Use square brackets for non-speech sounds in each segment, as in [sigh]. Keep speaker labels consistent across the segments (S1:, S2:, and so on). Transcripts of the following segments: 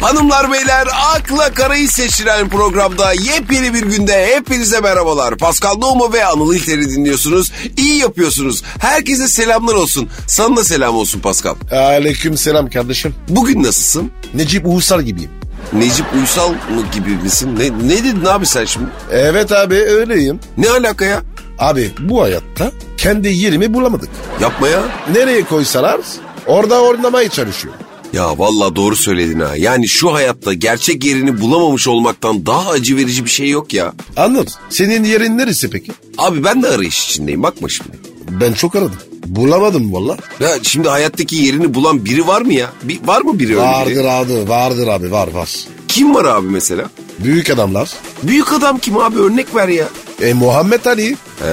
S1: Hanımlar beyler akla karayı seçilen programda yepyeni bir günde hepinize merhabalar. Pascal Numa ve Anıl İlter'i dinliyorsunuz. İyi yapıyorsunuz. Herkese selamlar olsun. Sana da selam olsun Pascal.
S2: Aleyküm selam kardeşim.
S1: Bugün nasılsın?
S2: Necip Uysal gibiyim.
S1: Necip Uysal mı gibi misin? Ne, ne dedin abi sen şimdi?
S2: Evet abi öyleyim.
S1: Ne alaka ya?
S2: Abi bu hayatta kendi yerimi bulamadık.
S1: Yapma ya.
S2: Nereye koysalar orada oynamaya çalışıyor.
S1: Ya valla doğru söyledin ha. Yani şu hayatta gerçek yerini bulamamış olmaktan daha acı verici bir şey yok ya.
S2: Anladım. Senin yerin neresi peki?
S1: Abi ben de arayış içindeyim bakma şimdi.
S2: Ben çok aradım. Bulamadım valla.
S1: Ya şimdi hayattaki yerini bulan biri var mı ya? Bir, var mı biri öyle biri?
S2: Vardır abi, vardır abi, var var.
S1: Kim var abi mesela?
S2: Büyük adamlar.
S1: Büyük adam kim abi örnek ver ya.
S2: E Muhammed Ali.
S1: He,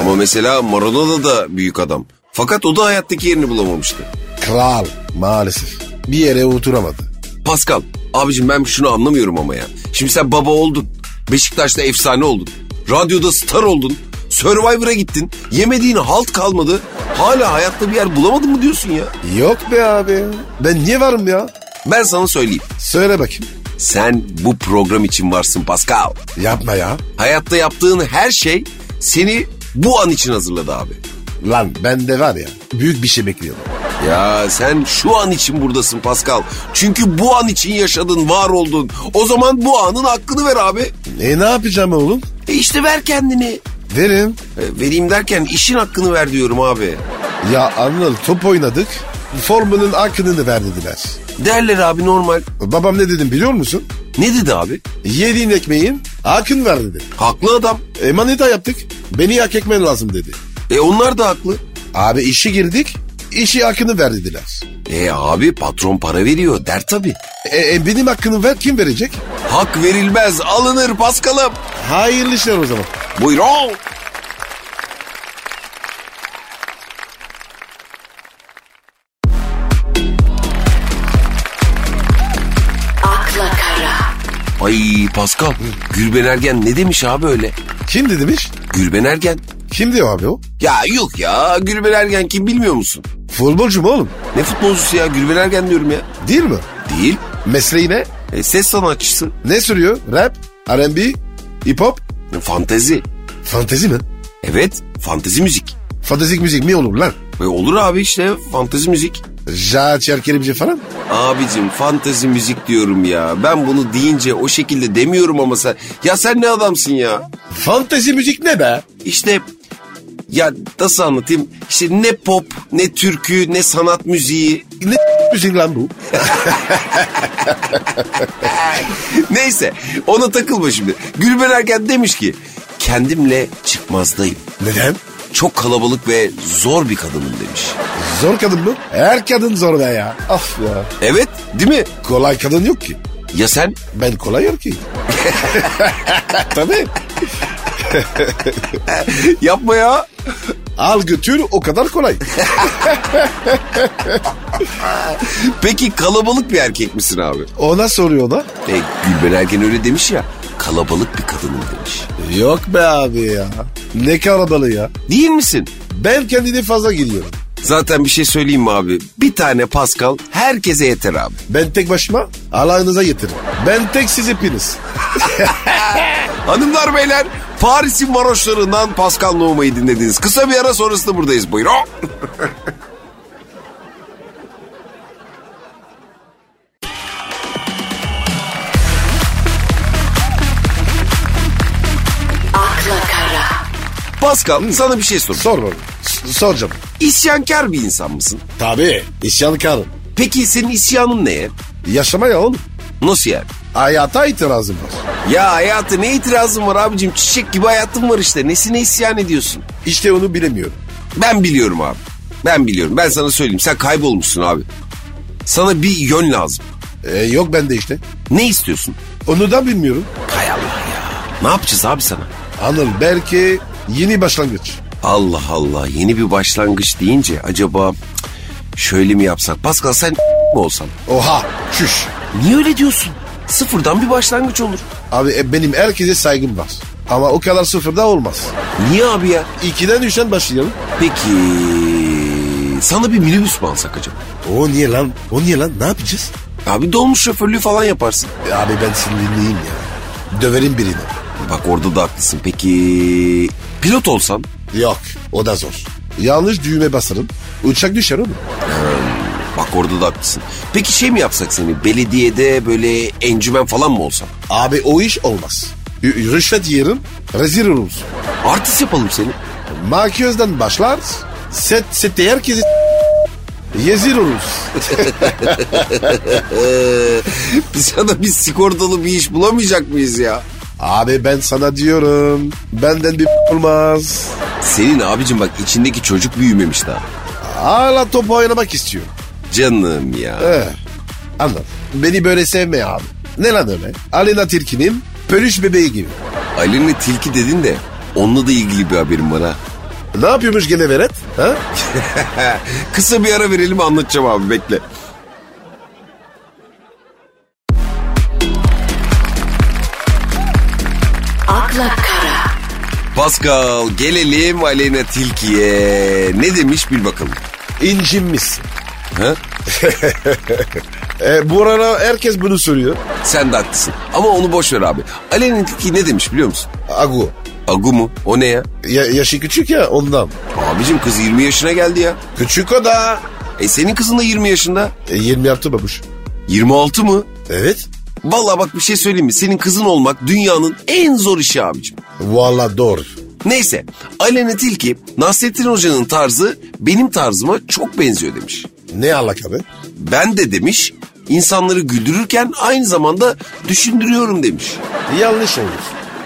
S1: ama mesela Maradona da büyük adam. Fakat o da hayattaki yerini bulamamıştı.
S2: Kral maalesef. Bir yere oturamadı.
S1: Pascal, abicim ben şunu anlamıyorum ama ya. Şimdi sen baba oldun. Beşiktaş'ta efsane oldun. Radyoda star oldun. Survivor'a gittin. Yemediğin halt kalmadı. Hala hayatta bir yer bulamadın mı diyorsun ya?
S2: Yok be abi. Ben niye varım ya?
S1: Ben sana söyleyeyim.
S2: Söyle bakayım.
S1: Sen bu program için varsın Pascal.
S2: Yapma ya.
S1: Hayatta yaptığın her şey seni bu an için hazırladı abi.
S2: Lan bende var ya. Büyük bir şey bekliyordum.
S1: Ya sen şu an için buradasın Pascal. Çünkü bu an için yaşadın, var oldun. O zaman bu anın hakkını ver abi.
S2: E ne yapacağım oğlum?
S1: E işte ver kendini.
S2: Verin.
S1: E, vereyim derken işin hakkını ver diyorum abi.
S2: Ya Anıl top oynadık. Formunun hakkını ver dediler.
S1: Derler abi normal.
S2: Babam ne dedim biliyor musun?
S1: Ne dedi abi?
S2: Yediğin ekmeğin hakkını ver dedi.
S1: Haklı adam.
S2: E manita yaptık. Beni hak ekmen lazım dedi.
S1: E onlar da haklı.
S2: Abi işe girdik. işi hakkını ver dediler.
S1: E abi patron para veriyor der tabi.
S2: E, e, benim hakkını ver kim verecek?
S1: Hak verilmez alınır Pascal'ım.
S2: Hayırlı işler o zaman.
S1: Buyurun.
S3: akla kara,
S1: Ay Pascal Gülben Ergen ne demiş abi öyle?
S2: Kim dedi demiş?
S1: Gülben Ergen.
S2: Kim diyor abi o?
S1: Ya yok ya Gülben Ergen kim bilmiyor musun?
S2: Futbolcu mu oğlum?
S1: Ne futbolcusu ya Gülben Ergen diyorum ya.
S2: Değil mi?
S1: Değil.
S2: Mesleği ne?
S1: E, ses sanatçısı.
S2: Ne sürüyor? Rap, R&B, hip hop,
S1: E, Fantezi.
S2: fantezi mi?
S1: Evet fantezi müzik.
S2: Fantezik müzik mi olur lan?
S1: Ve olur abi işte fantezi müzik.
S2: Jahat Çerkerimci falan.
S1: Abicim fantezi müzik diyorum ya. Ben bunu deyince o şekilde demiyorum ama sen... Ya sen ne adamsın ya?
S2: Fantezi müzik ne be?
S1: İşte ya nasıl anlatayım? İşte ne pop, ne türkü, ne sanat müziği. [laughs]
S2: Ne müzik lan bu?
S1: Neyse ona takılma şimdi. Gülben Erken demiş ki kendimle çıkmazdayım.
S2: Neden?
S1: Çok kalabalık ve zor bir kadınım demiş.
S2: Zor kadın mı? Her kadın zor be ya. Af ya.
S1: Evet değil mi?
S2: Kolay kadın yok ki.
S1: Ya sen? [laughs]
S2: Ben kolay erkeğim. [laughs] Tabii.
S1: Yapma ya.
S2: Al götür o kadar kolay.
S1: Peki kalabalık bir erkek misin abi?
S2: Ona soruyor da.
S1: E, Gülben Ergen öyle demiş ya. Kalabalık bir kadınım demiş.
S2: Yok be abi ya. Ne karabalı ya.
S1: Değil misin?
S2: Ben kendini fazla gidiyorum.
S1: Zaten bir şey söyleyeyim mi abi? Bir tane Pascal herkese yeter abi.
S2: Ben tek başıma alayınıza getiririm. Ben tek siz hepiniz.
S1: Hanımlar beyler Paris'in varoşlarından Pascal Nohma'yı dinlediniz. Kısa bir ara sonrasında buradayız. Buyurun. [laughs]
S3: akla kara,
S1: Pascal sana bir şey sorayım.
S2: Sor bana. S- Soracağım.
S1: İsyankar bir insan mısın?
S2: Tabii. İsyankarım.
S1: Peki senin isyanın neye?
S2: Yaşama ya oğlum.
S1: Nasıl yani?
S2: Hayata itirazım var.
S1: Ya hayatı ne itirazın var abicim? Çiçek gibi hayatın var işte. Nesine isyan ediyorsun?
S2: İşte onu bilemiyorum.
S1: Ben biliyorum abi. Ben biliyorum. Ben sana söyleyeyim. Sen kaybolmuşsun abi. Sana bir yön lazım.
S2: Ee, yok bende işte.
S1: Ne istiyorsun?
S2: Onu da bilmiyorum.
S1: Hay Allah ya. Ne yapacağız abi sana?
S2: Anıl belki yeni başlangıç.
S1: Allah Allah yeni bir başlangıç deyince acaba cık, şöyle mi yapsak? Pascal sen [laughs] mi olsan?
S2: Oha şuş.
S1: Niye öyle diyorsun? Sıfırdan bir başlangıç olur.
S2: Abi e, benim herkese saygım var. Ama o kadar sıfırda olmaz.
S1: Niye abi ya?
S2: İkiden üçten başlayalım.
S1: Peki sana bir minibüs mü alsak acaba?
S2: O niye lan? O niye lan? Ne yapacağız?
S1: Abi dolmuş şoförlüğü falan yaparsın.
S2: E abi ben sinirliyim ya. Döverim birini.
S1: Bak orada da haklısın. Peki pilot olsan?
S2: Yok o da zor. Yanlış düğme basarım. Uçak düşer oğlum.
S1: Bak orada da haklısın. Peki şey mi yapsak seni? Belediyede böyle encümen falan mı olsan?
S2: Abi o iş olmaz. Ü- Rüşvet yerim. Rezil oluruz.
S1: Artist yapalım seni.
S2: Makyözden başlar. Set, sette herkesi Yezir oluruz.
S1: Ee, [laughs] Biz sana bir sigortalı bir iş bulamayacak mıyız ya?
S2: Abi ben sana diyorum. Benden bir [laughs] olmaz.
S1: Senin abicim bak içindeki çocuk büyümemiş daha.
S2: Hala top oynamak istiyor.
S1: Canım ya.
S2: He. Anladım. Beni böyle sevme abi. Ne lan öyle? Alena Tilki'nin pörüş bebeği gibi.
S1: Ali'nin tilki dedin de onunla da ilgili bir haberim var ha.
S2: Ne yapıyormuş gene Veret? Ha?
S1: Kısa bir ara verelim anlatacağım abi bekle.
S3: akla kara,
S1: Pascal gelelim Aleyna Tilki'ye. Ne demiş bir bakalım.
S2: İncinmişsin.
S1: Ha?
S2: [laughs] E, bu arada herkes bunu soruyor.
S1: Sen de haklısın. Ama onu boş ver abi. Aleyna Tilki ne demiş biliyor musun?
S2: Agu.
S1: Agu mu? O ne ya?
S2: Ya, yaşı küçük ya ondan.
S1: Abicim kız 20 yaşına geldi ya.
S2: Küçük o da.
S1: E senin kızın da 20 yaşında.
S2: E, 20 yaptı babuş.
S1: 26 mı?
S2: Evet.
S1: Vallahi bak bir şey söyleyeyim mi? Senin kızın olmak dünyanın en zor işi abicim.
S2: Valla doğru.
S1: Neyse Aleyna Tilki Nasrettin Hoca'nın tarzı benim tarzıma çok benziyor demiş.
S2: Ne alakalı?
S1: Ben de demiş insanları güldürürken aynı zamanda düşündürüyorum demiş.
S2: Yanlış olur.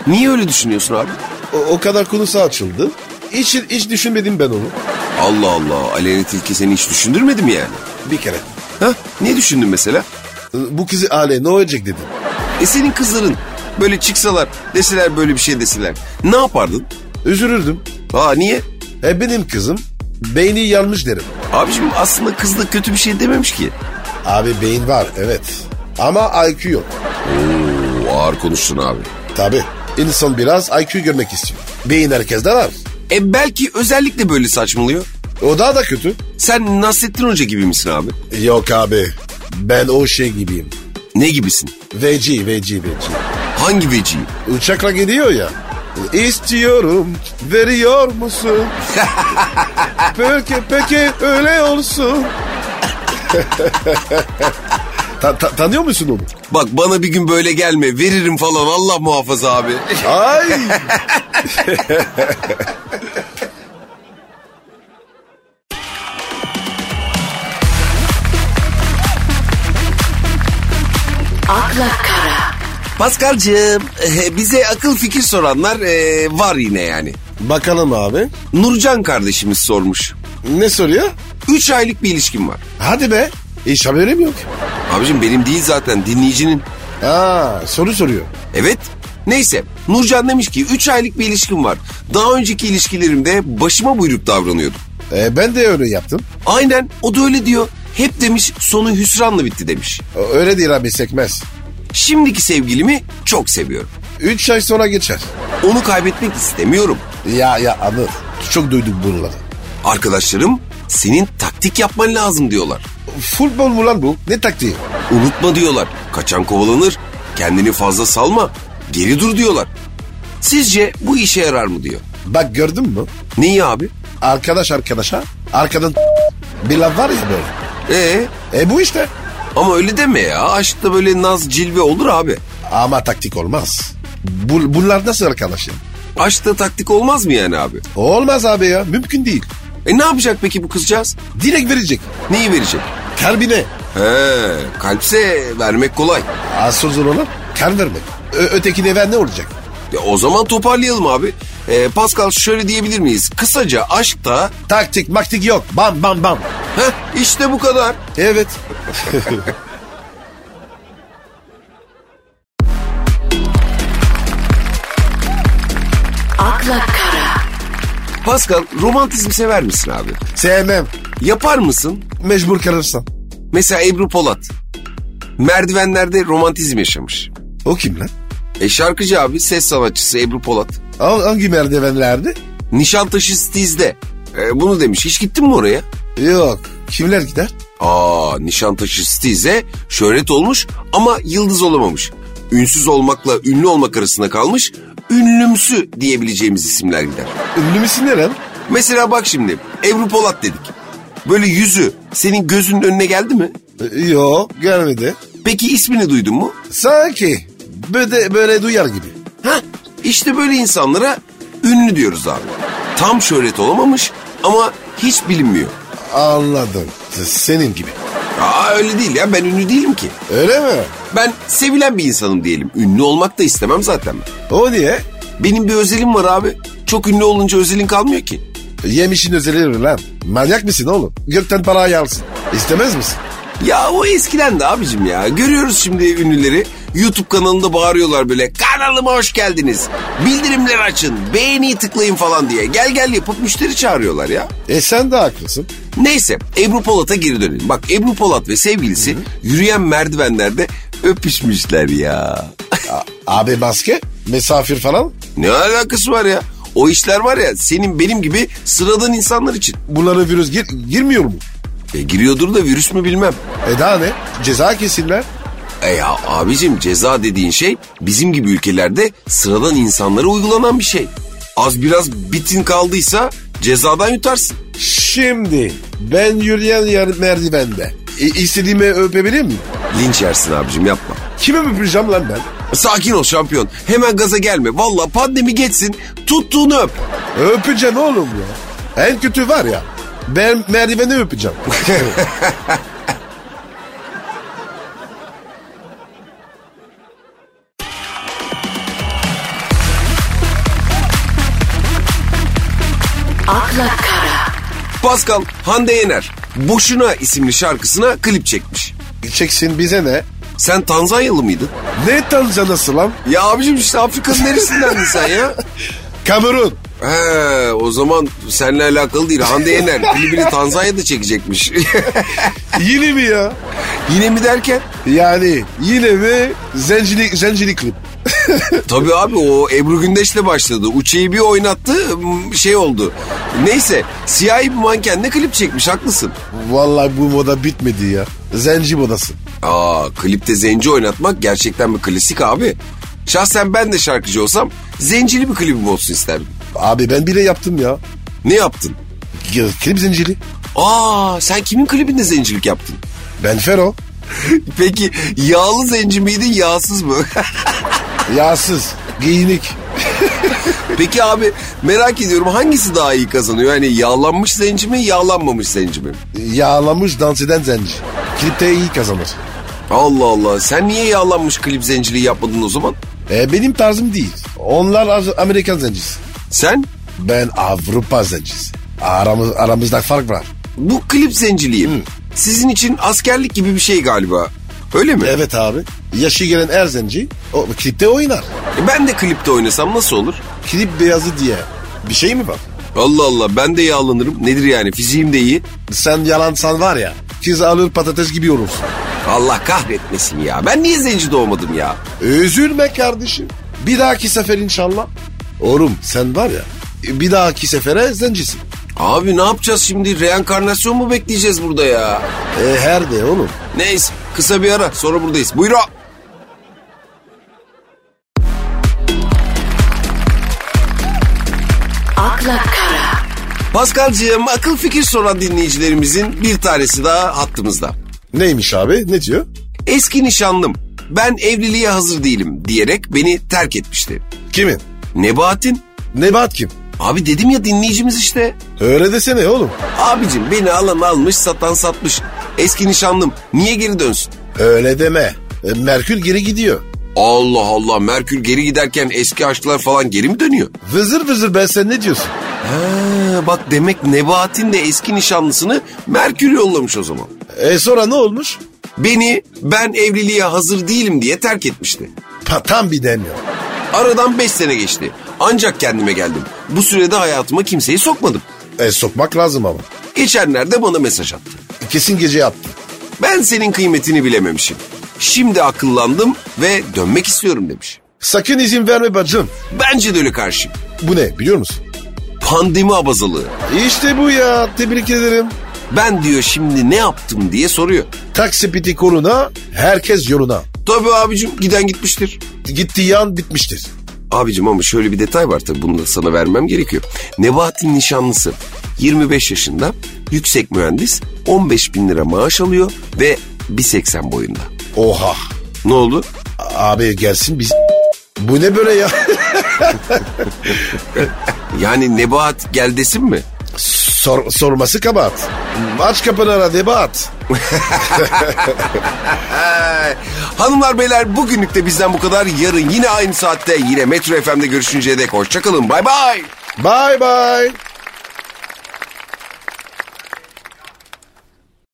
S1: Niye öyle düşünüyorsun abi?
S2: O, o kadar konusu açıldı. Hiç, hiç düşünmedim ben onu.
S1: Allah Allah Aleyna Tilki seni hiç düşündürmedi mi yani?
S2: Bir kere.
S1: Ha? Ne düşündün mesela?
S2: E, Bu kızı ale ne olacak dedim.
S1: E senin kızların böyle çıksalar deseler böyle bir şey deseler ne yapardın?
S2: Üzülürdüm.
S1: Aa niye?
S2: E benim kızım beyni yanmış derim.
S1: Abicim aslında kız da kötü bir şey dememiş ki.
S2: Abi beyin var evet. Ama IQ yok.
S1: Oo ağır konuştun abi.
S2: Tabi. İnsan biraz IQ görmek istiyor. Beyin herkeste var.
S1: E belki özellikle böyle saçmalıyor.
S2: O daha da kötü.
S1: Sen Nasrettin Hoca gibi misin abi?
S2: Yok abi. Ben o şey gibiyim.
S1: Ne gibisin?
S2: Veci, veci, veci.
S1: Hangi veciyi?
S2: Uçakla gidiyor ya. İstiyorum, veriyor musun? peki, peki öyle olsun. Ta- ta- tanıyor musun onu?
S1: Bak bana bir gün böyle gelme veririm falan Allah muhafaza abi.
S2: Ay!
S3: akla kara,
S1: [laughs] Paskal'cığım eh, bize akıl fikir soranlar eh, var yine yani.
S2: Bakalım abi.
S1: Nurcan kardeşimiz sormuş.
S2: Ne soruyor?
S1: 3 aylık bir ilişkim var.
S2: Hadi be. Hiç haberim yok.
S1: Abicim benim değil zaten dinleyicinin.
S2: Aa, soru soruyor.
S1: Evet. Neyse Nurcan demiş ki 3 aylık bir ilişkim var. Daha önceki ilişkilerimde başıma buyruk davranıyordum.
S2: E, ben de öyle yaptım.
S1: Aynen o da öyle diyor. Hep demiş sonu hüsranla bitti demiş.
S2: Ö- Öyle değil abi sekmez.
S1: Şimdiki sevgilimi çok seviyorum.
S2: Üç ay sonra geçer.
S1: Onu kaybetmek istemiyorum.
S2: Ya ya anır. Çok duyduk bunları.
S1: Arkadaşlarım senin taktik yapman lazım diyorlar.
S2: Futbol mu lan bu? Ne taktiği?
S1: Unutma diyorlar. Kaçan kovalanır. Kendini fazla salma. Geri dur diyorlar. Sizce bu işe yarar mı diyor.
S2: Bak gördün mü?
S1: Neyi abi?
S2: Arkadaş arkadaşa. Arkadan bir laf var ya böyle.
S1: Ee,
S2: E bu işte.
S1: ama öyle deme ya. Aşkta böyle naz cilve olur abi.
S2: Ama taktik olmaz. Bu- bunlar nasıl arkadaş ya?
S1: Aşkta taktik olmaz mı yani abi?
S2: Olmaz abi ya. Mümkün değil.
S1: E ne yapacak peki bu kızcağız?
S2: Direkt verecek.
S1: Neyi verecek?
S2: Kalbine.
S1: He, kalpse vermek kolay.
S2: Az sözün olan kan vermek. Ö- ötekine ver ne olacak?
S1: Ya "E, o zaman toparlayalım abi. E, Pascal şöyle diyebilir miyiz? Kısaca aşkta...
S2: Taktik maktik yok. Bam bam bam.
S1: Heh, işte bu kadar.
S2: Evet.
S3: akla kara,
S1: Pascal romantizm sever misin abi?
S2: Sevmem.
S1: Yapar mısın?
S2: Mecbur kalırsan.
S1: Mesela Ebru Polat. Merdivenlerde romantizm yaşamış.
S2: O kim lan?
S1: E şarkıcı abi ses sanatçısı Ebru Polat.
S2: Ha- Hangi merdivenlerde?
S1: Nişantaşı Stiz'de. E, bunu demiş. Hiç gittin mi oraya?
S2: Yok. Kimler gider?
S1: Aa Nişantaşı Stize şöhret olmuş ama yıldız olamamış. Ünsüz olmakla ünlü olmak arasında kalmış ünlümsü diyebileceğimiz isimler gider.
S2: Ünlü müsün ne lan?
S1: Mesela bak şimdi Ebru Polat dedik. Böyle yüzü senin gözünün önüne geldi mi?
S2: E, Yo gelmedi.
S1: Peki ismini duydun mu?
S2: Sanki böyle, böyle duyar gibi.
S1: Heh, işte böyle insanlara ünlü diyoruz abi. Tam şöhret olamamış ama hiç bilinmiyor.
S2: Anladım. Senin gibi.
S1: Aa öyle değil ya ben ünlü değilim ki.
S2: Öyle mi?
S1: Ben sevilen bir insanım diyelim. Ünlü olmak da istemem zaten ben.
S2: O niye?
S1: Benim bir özelim var abi. Çok ünlü olunca özelin kalmıyor ki.
S2: Yemişin özelleri lan. Manyak mısın oğlum? Gökten para yarsın. İstemez misin?
S1: Ya o eskiden de abicim ya. Görüyoruz şimdi ünlüleri. YouTube kanalında bağırıyorlar böyle. Kanalıma hoş geldiniz. Bildirimler açın. Beğeni tıklayın falan diye. Gel gel yapıp müşteri çağırıyorlar ya.
S2: E sen de haklısın.
S1: Neyse Ebru Polat'a geri dönelim. Bak Ebru Polat ve sevgilisi yürüyen merdivenlerde öpüşmüşler ya.
S2: A- abi maske, misafir falan.
S1: ne alakası var ya? O işler var ya senin benim gibi sıradan insanlar için.
S2: Bunlara virüs gir- girmiyor mu?
S1: E, giriyordur da virüs mü bilmem.
S2: E daha ne? Ceza kesinler.
S1: E ya abicim ceza dediğin şey bizim gibi ülkelerde sıradan insanlara uygulanan bir şey. Az biraz bitin kaldıysa cezadan yutarsın.
S2: Şimdi ben yürüyen yer merdivende. E, istediğimi öpebilir miyim?
S1: Linç yersin abicim yapma.
S2: Kimi öpeceğim lan ben?
S1: Sakin ol şampiyon. Hemen gaza gelme. Valla pandemi geçsin tuttuğunu öp.
S2: Öpeceğim oğlum ya. En kötü var ya. Ben merdiveni öpeceğim.
S3: akla kara,
S1: Pascal Hande Yener Boşuna isimli şarkısına klip çekmiş.
S2: Çeksin bize ne?
S1: Sen Tanzanyalı mıydın?
S2: Ne tanıcanası lan?
S1: Ya abicim işte Afrika'nın neresindendin sen ya?
S2: Kamerun.
S1: [laughs] He, o zaman seninle alakalı değil. Hande Yener [laughs] klibini Tanzanya'da çekecekmiş. [laughs]
S2: Yine mi ya?
S1: Yine mi derken?
S2: Yani yine mi? Zencili, zencili klip.
S1: Tabii abi o Ebru Gündeş'le başladı. Uçeyi bir oynattı m- şey oldu. Neyse siyahi bir mankenle klip çekmiş haklısın.
S2: Vallahi bu moda bitmedi ya. Zenci modası.
S1: Aa klipte zenci oynatmak gerçekten bir klasik abi. Şahsen ben de şarkıcı olsam zencili bir klibim olsun isterdim.
S2: Abi ben bile yaptım ya.
S1: Ne yaptın?
S2: Ya, Klip zinciri.
S1: Aa sen kimin klibinde zencilik yaptın?
S2: Ben Fero.
S1: Peki yağlı zenci miydin yağsız mı? [laughs]
S2: Yağsız. Giyinik.
S1: Peki abi merak ediyorum hangisi daha iyi kazanıyor? Yani yağlanmış zenci mi yağlanmamış zenci mi?
S2: Yağlamış dans eden zenci. Klipte iyi kazanır.
S1: Allah Allah sen niye yağlanmış klip zenciliği yapmadın o zaman?
S2: E, benim tarzım değil. Onlar Az- Amerikan zencisi.
S1: Sen
S2: Ben Avrupa zencisi. Aramız, aramızda fark var.
S1: bu klip zenciliği sizin için askerlik gibi bir şey galiba. Öyle mi?
S2: Evet abi. Yaşı gelen her zenci o, klipte oynar.
S1: E Ben de klipte oynasam nasıl olur?
S2: Klip beyazı diye. Bir şey mi var?
S1: Allah Allah ben de yağlanırım. Nedir yani fiziğim de iyi.
S2: Sen yalansan var ya. Kız alır patates gibi olursun.
S1: Allah kahretmesin ya. Ben niye zenci doğmadım ya?
S2: Üzülme kardeşim. Bir dahaki sefer inşallah. Oğlum sen var ya bir dahaki sefere zencisin.
S1: Abi ne yapacağız şimdi? Reenkarnasyon mu bekleyeceğiz burada ya?
S2: E, her de oğlum.
S1: Neyse kısa bir ara sonra buradayız. Buyur.
S3: akla kara,
S1: Paskal'cığım akıl fikir soran dinleyicilerimizin bir tanesi daha hattımızda.
S2: Neymiş abi ne diyor?
S1: Eski nişanlım ben evliliğe hazır değilim diyerek beni terk etmişti.
S2: Kimin?
S1: Nebahat'in
S2: Nebat kim?
S1: Abi dedim ya dinleyicimiz işte.
S2: Öyle desene oğlum.
S1: Abicim beni alan almış satan satmış. Eski nişanlım niye geri dönsün?
S2: Öyle deme. E, Merkür geri gidiyor.
S1: Allah Allah Merkür geri giderken eski aşklar falan geri mi dönüyor?
S2: Vızır vızır ben sen ne diyorsun?
S1: Ha, bak demek Nebahat'in de eski nişanlısını Merkür yollamış o zaman.
S2: E sonra ne olmuş?
S1: Beni ben evliliğe hazır değilim diye terk etmişti.
S2: Pa, tam bir demiyor.
S1: Aradan beş sene geçti. Ancak kendime geldim. Bu sürede hayatıma kimseyi sokmadım.
S2: E sokmak lazım ama. E,
S1: Geçenlerde bana mesaj attı.
S2: Kesin gece yaptı.
S1: Ben senin kıymetini bilememişim. Şimdi akıllandım ve dönmek istiyorum demiş.
S2: Sakın izin verme bacım.
S1: Bence de öyle karşıyım.
S2: Bu ne biliyor musun?
S1: Pandemi abazalığı.
S2: İşte bu ya. Tebrik ederim.
S1: Ben diyor şimdi ne yaptım diye soruyor.
S2: Taksi piti koluna, herkes yoluna.
S1: Tabii abicim giden gitmiştir.
S2: Gittiği yan bitmiştir.
S1: Abicim ama şöyle bir detay var tabii bunu da sana vermem gerekiyor. Nebahat'in nişanlısı 25 yaşında yüksek mühendis 15 bin lira maaş alıyor ve 1.80 boyunda.
S2: Oha.
S1: Ne oldu?
S2: A- Abi gelsin biz. Bu ne böyle ya? [laughs]
S1: Yani Nebahat gel desin mi?
S2: Sor- sorması kabahat. Aç kapını ara debat.
S1: Hanımlar beyler bugünlük de bizden bu kadar. Yarın yine aynı saatte yine Metro FM'de görüşünceye dek hoşçakalın. Bay bay.
S2: Bye bye.